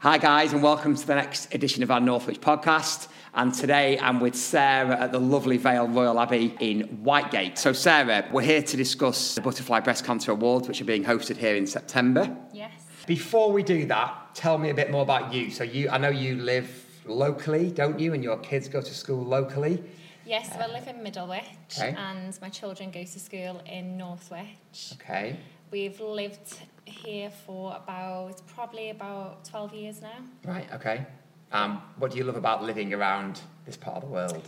Hi, guys, and welcome to the next edition of our Northwich podcast. And today I'm with Sarah at the lovely Vale Royal Abbey in Whitegate. So, Sarah, we're here to discuss the Butterfly Breast Cancer Awards, which are being hosted here in September. Yes. Before we do that, tell me a bit more about you. So, you, I know you live locally, don't you? And your kids go to school locally. Yes, so I live in Middlewich Okay. and my children go to school in Northwich. Okay. We've lived here for about probably about 12 years now. Right. Okay. Um, what do you love about living around this part of the world?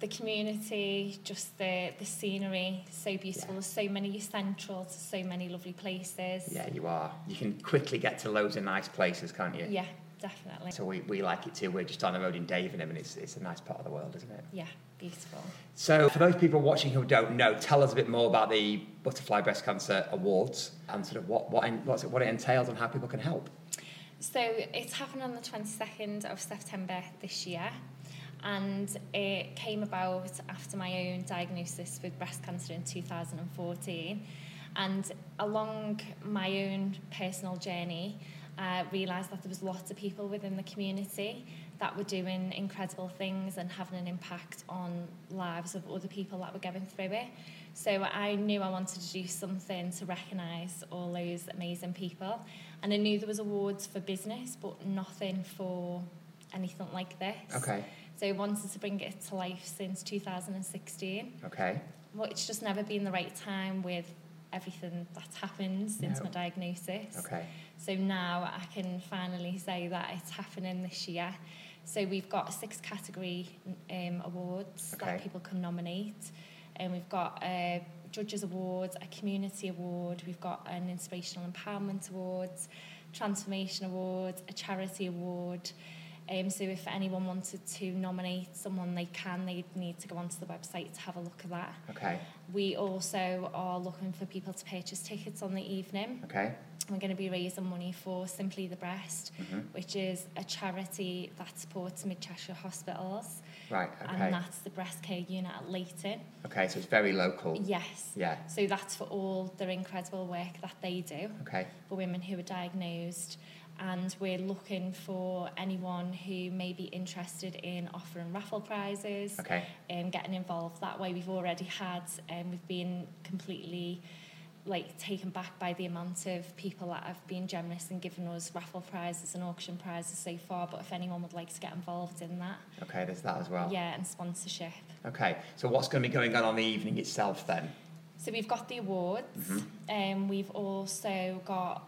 The community, just the, the scenery, so beautiful. Yeah. There's so many you're central to so many lovely places. Yeah, you are. You can quickly get to loads of nice places, can't you? Yeah, definitely. So we, we like it too. We're just down the road in Davenham, and it's, it's a nice part of the world, isn't it? Yeah, beautiful. So for those people watching who don't know, tell us a bit more about the Butterfly Breast Cancer Awards and sort of what what en- what's it, what it entails and how people can help. So it's happened on the 22nd of September this year and it came about after my own diagnosis with breast cancer in 2014 and along my own personal journey I realised that there was lots of people within the community that were doing incredible things and having an impact on lives of other people that were going through it. So I knew I wanted to do something to recognise all those amazing people. And I knew there was awards for business, but nothing for anything like this. Okay. So I wanted to bring it to life since 2016, Okay. but it's just never been the right time with everything that's happened since No. my diagnosis. Okay. So now I can finally say that it's happening this year. So we've got six category um, awards Okay. that people can nominate. And we've got a Judges Award, a Community Award, we've got an Inspirational Empowerment Award, Transformation Award, a Charity Award. Um, so if anyone wanted to nominate someone they can, they need to go onto the website to have a look at that. Okay. We also are looking for people to purchase tickets on the evening. Okay. We're going to be raising money for Simply the Breast, Mhm. which is a charity that supports Mid Cheshire hospitals, Right. Okay. and that's the breast care unit at Leighton. Okay. So it's very local. Yes. Yeah. So that's for all their incredible work that they do Okay. for women who are diagnosed. And we're looking for anyone who may be interested in offering raffle prizes Okay. um, getting involved that way. We've already had, um, we've been completely like taken back by the amount of people that have been generous and given us raffle prizes and auction prizes so far. But if anyone would like to get involved in that, Okay. There's that as well. yeah, and sponsorship. Okay. So what's going to be going on on the evening itself then? So we've got the awards. Mm-hmm. Um, we've also got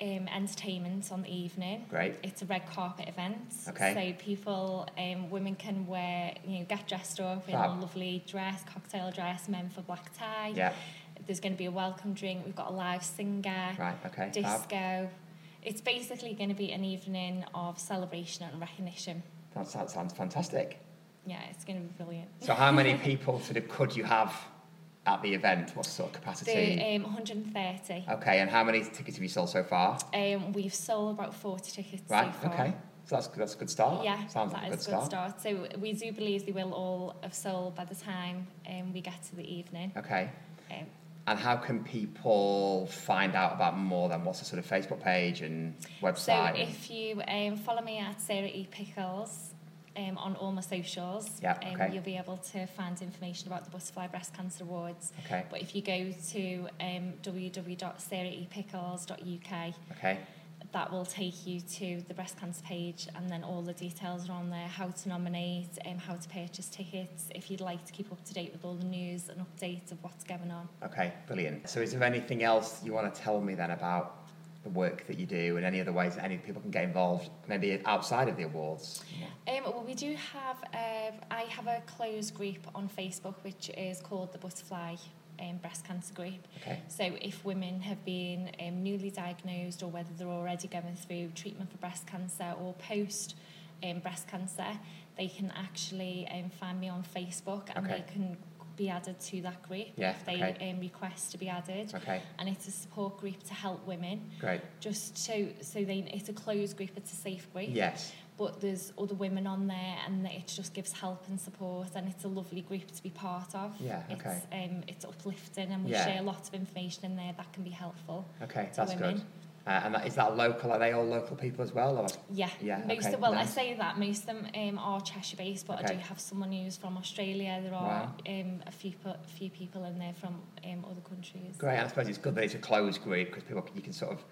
um, entertainment on the evening. Great. It's a red carpet event. Okay. So people, um, women can wear, you know, get dressed up in Fab. a lovely dress, cocktail dress, men for black tie. Yeah. There's going to be a welcome drink. We've got a live singer, Right. Okay. Fab. disco. It's basically going to be an evening of celebration and recognition. That, that sounds fantastic. Yeah, it's going to be brilliant. So how many people sort of could you have at the event? What sort of capacity? The um, 130. Okay, and how many tickets have you sold so far? Um, we've sold about 40 tickets Right. so far. Okay. So that's that's a good start. Yeah, Sounds that like a is good a start. So we do believe they will all have sold by the time um, we get to the evening. Okay. Um, And how can people find out about more than what's the sort of Facebook page and so website? and- if you um, follow me at Sarah E Pickles um, on all my socials, Yeah, um, okay. you'll be able to find information about the Butterfly Breast Cancer Awards. okay. But if you go to um, e www.sarahepickles.uk, Okay. that will take you to the breast cancer page and then all the details are on there how to nominate um, how to purchase tickets if you'd like to keep up to date with all the news and updates of what's going on Okay. Brilliant. So is there anything else you want to tell me then about? The work that you do, and any other ways that any people can get involved, maybe outside of the awards. um, well we do have uh, I have a closed group on Facebook which is called the butterfly um, breast cancer group Okay. So if women have been um, newly diagnosed or whether they're already going through treatment for breast cancer or post um, breast cancer, they can actually um, find me on Facebook and Okay. they can be added to that group Yeah, if they okay. um, request to be added. Okay. And it's a support group to help women. Great. Just so so they it's a closed group, it's a safe group. Yes. But there's other women on there and it just gives help and support and it's a lovely group to be part of. Yeah. Okay. It's, um, it's uplifting and we Yeah. share lots of information in there that can be helpful Okay. to That's women. good. Uh, and that, is that local? Are they all local people as well? Or? Yeah. Yeah, Most okay, of, well, nice. I say that most of them um, are Cheshire based, but I Okay. do have someone who's from Australia. There are um, a few pe- few people in there from um, other countries. Great. And I suppose it's good that it's a closed group because people you can sort of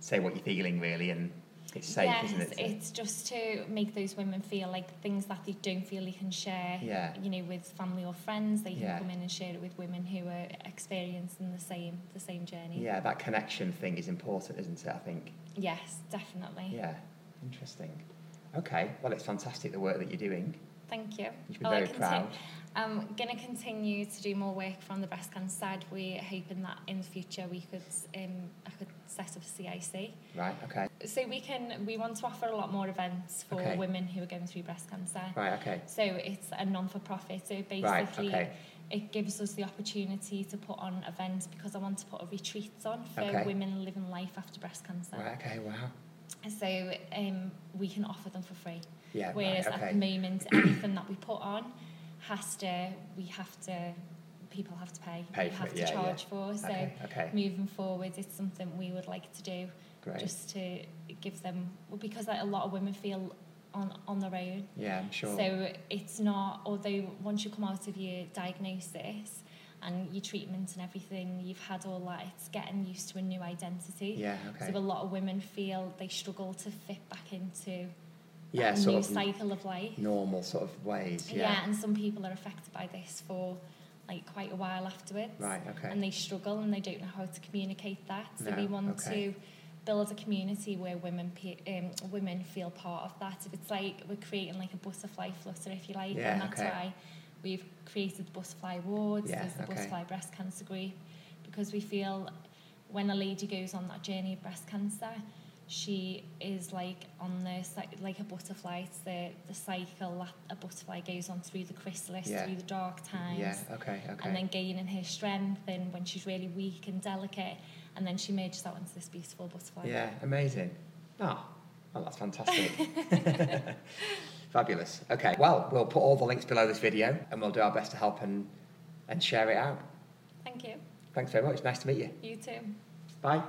say what you're feeling really, and it's safe, yes, isn't it? to- it's just to make those women feel like things that they don't feel they can share. Yeah. You know, with family or friends, they can Yeah. come in and share it with women who are experiencing the same the same journey. yeah, that connection thing is important, isn't it? I think. Yes, definitely. Yeah. Interesting. Okay. Well, it's fantastic the work that you're doing. Thank you. You should be Well, Oh, I very conti- proud. I'm going to continue to do more work from the breast cancer side. We're hoping that in the future we could, um, I could set up a CIC. Right. Okay. So we can, we want to offer a lot more events for Okay. women who are going through breast cancer. Right. Okay. So it's a non-for-profit. So basically, Right, okay. it gives us the opportunity to put on events because I want to put a retreat on for Okay. women living life after breast cancer. Right. Okay. Wow. So um, we can offer them for free. Yeah. Whereas right. at Okay. the moment, anything that we put on has to, we have to, people have to pay. Pay we for have it, to yeah, yeah. charge for. So okay. Okay. moving forward, it's something we would like to do Great. just to give them, because like, a lot of women feel on, on their own. yeah. I'm sure. So it's not, although once you come out of your diagnosis and your treatment and everything, you've had all that, it's getting used to a new identity. yeah. Okay. So a lot of women feel they struggle to fit back into yeah. that new Sort of cycle of life. normal sort of ways. Yeah. and some people are affected by this for like quite a while afterwards. Right. Okay. And they struggle and they don't know how to communicate that. So No, we want okay. to build a community where women pe- um, women feel part of that. If it's like we're creating like a butterfly flutter, if you like, Yeah, and that's okay. why we've created the butterfly wards. Yeah, There's the okay. butterfly breast cancer group because we feel when a lady goes on that journey of breast cancer, she is like on the cy- like a butterfly. It's the the cycle that a butterfly goes on through the chrysalis, Yeah. through the dark times, Yeah. Okay. Okay. and then gaining her strength. And when she's really weak and delicate, and then she merges out into this beautiful butterfly. Yeah, amazing. Oh, well, that's fantastic. Fabulous. Okay, well, we'll put all the links below this video and we'll do our best to help and, and share it out. Thank you. Thanks very much. Nice to meet you. You too. Bye.